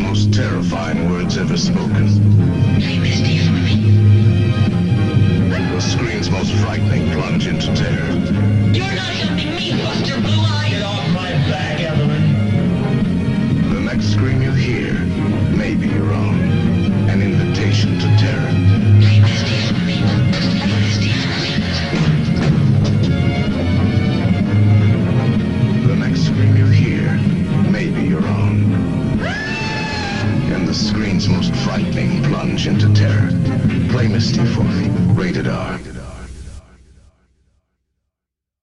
most terrifying words ever spoken. The screen's most frightening plunge into terror. You're not helping me, Buster Blue Eyes. The next scream you hear may be your own. An invitation to terror. The next scream you hear may be your own. And the screen's most frightening plunge into terror. Play Misty for me. Rated R.